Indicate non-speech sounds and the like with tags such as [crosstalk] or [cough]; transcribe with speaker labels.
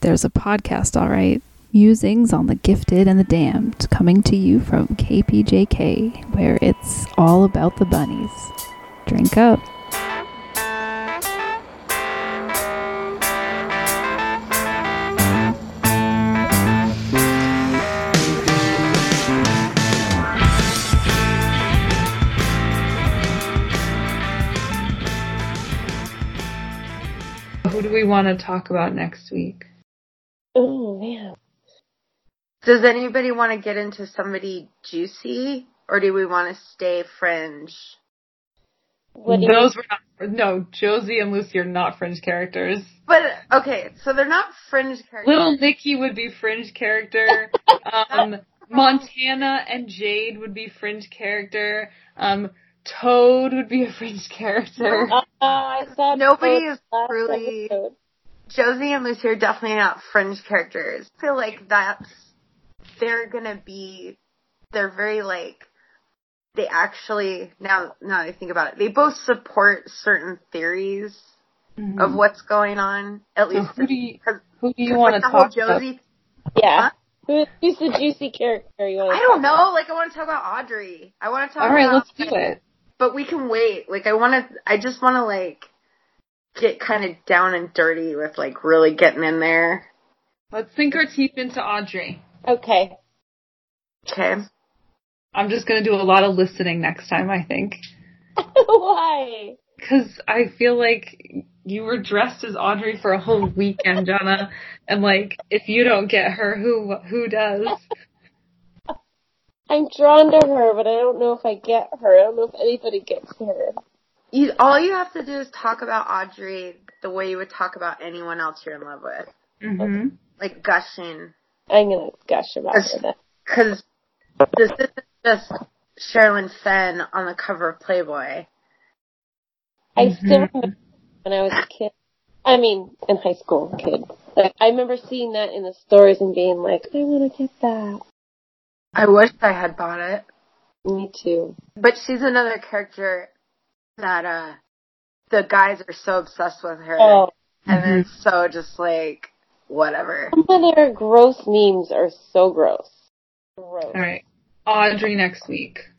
Speaker 1: There's a podcast, all right. Musings on the Gifted and the Damned, coming to you from KPJK, where it's all about the bunnies. Drink up.
Speaker 2: Who do we want to talk about next week?
Speaker 3: Oh man.
Speaker 4: Does anybody want to get into somebody juicy, or do we want to stay fringe?
Speaker 3: What do
Speaker 2: Those were not, no, Josie and Lucy are not fringe characters.
Speaker 4: But okay, so they're not fringe characters.
Speaker 2: Little Nicky would be fringe
Speaker 4: [laughs]
Speaker 2: character. Um, Montana and Jade would be fringe character. Um, Toad would be a fringe character.
Speaker 4: Oh,
Speaker 3: you? Uh, I saw
Speaker 4: Nobody
Speaker 3: Toad's
Speaker 4: is
Speaker 3: last
Speaker 4: really-
Speaker 3: episode.
Speaker 4: Josie and Lucy are definitely not fringe characters. I feel like that's they're gonna be they're very like they actually now now that I think about it, they both support certain theories of what's going on. At
Speaker 2: So
Speaker 4: least
Speaker 2: who do you,
Speaker 4: 'cause-
Speaker 2: who do Mm-hmm. you
Speaker 4: 'cause,
Speaker 2: want to
Speaker 4: like, the whole
Speaker 2: talk about?
Speaker 4: Josie
Speaker 3: Yeah.
Speaker 4: Huh?
Speaker 3: Who, who's the juicy character you want?
Speaker 4: I don't know, like I wanna talk about Audrey. I wanna talk
Speaker 2: All right,
Speaker 4: about
Speaker 2: let's do it.
Speaker 4: but we can wait. Like I want to. I just want to like get kind of down and dirty with like really getting in there.
Speaker 2: Let's sink our teeth into Audrey.
Speaker 3: Okay. [laughs]
Speaker 4: Okay.
Speaker 2: I'm just gonna do a lot of listening next time, I think.
Speaker 3: Why?
Speaker 2: Because I feel like you were dressed as Audrey for a whole weekend, Jenna, and like if you don't get her, who who does?
Speaker 3: I'm drawn to her, but I don't know if I get her. I don't know if anybody gets her.
Speaker 4: You all you have to do is talk about Audrey the way you would talk about anyone else you're in love with,
Speaker 2: Mm-hmm.
Speaker 4: like gushing.
Speaker 3: I'm gonna gush about her then.
Speaker 4: Because this isn't just Sherilyn Fenn on the cover of Playboy.
Speaker 3: I still remember when I was a kid. I mean, in high school, kid. Like, I remember seeing that in the stores and being like, I want to get that.
Speaker 4: I wish I had bought it,
Speaker 3: Me too.
Speaker 4: but she's another character that uh the guys are so obsessed with her,
Speaker 3: Oh,
Speaker 4: and then so just like whatever.
Speaker 3: some of their gross memes are so gross. Gross.
Speaker 2: All right, Audrey next week.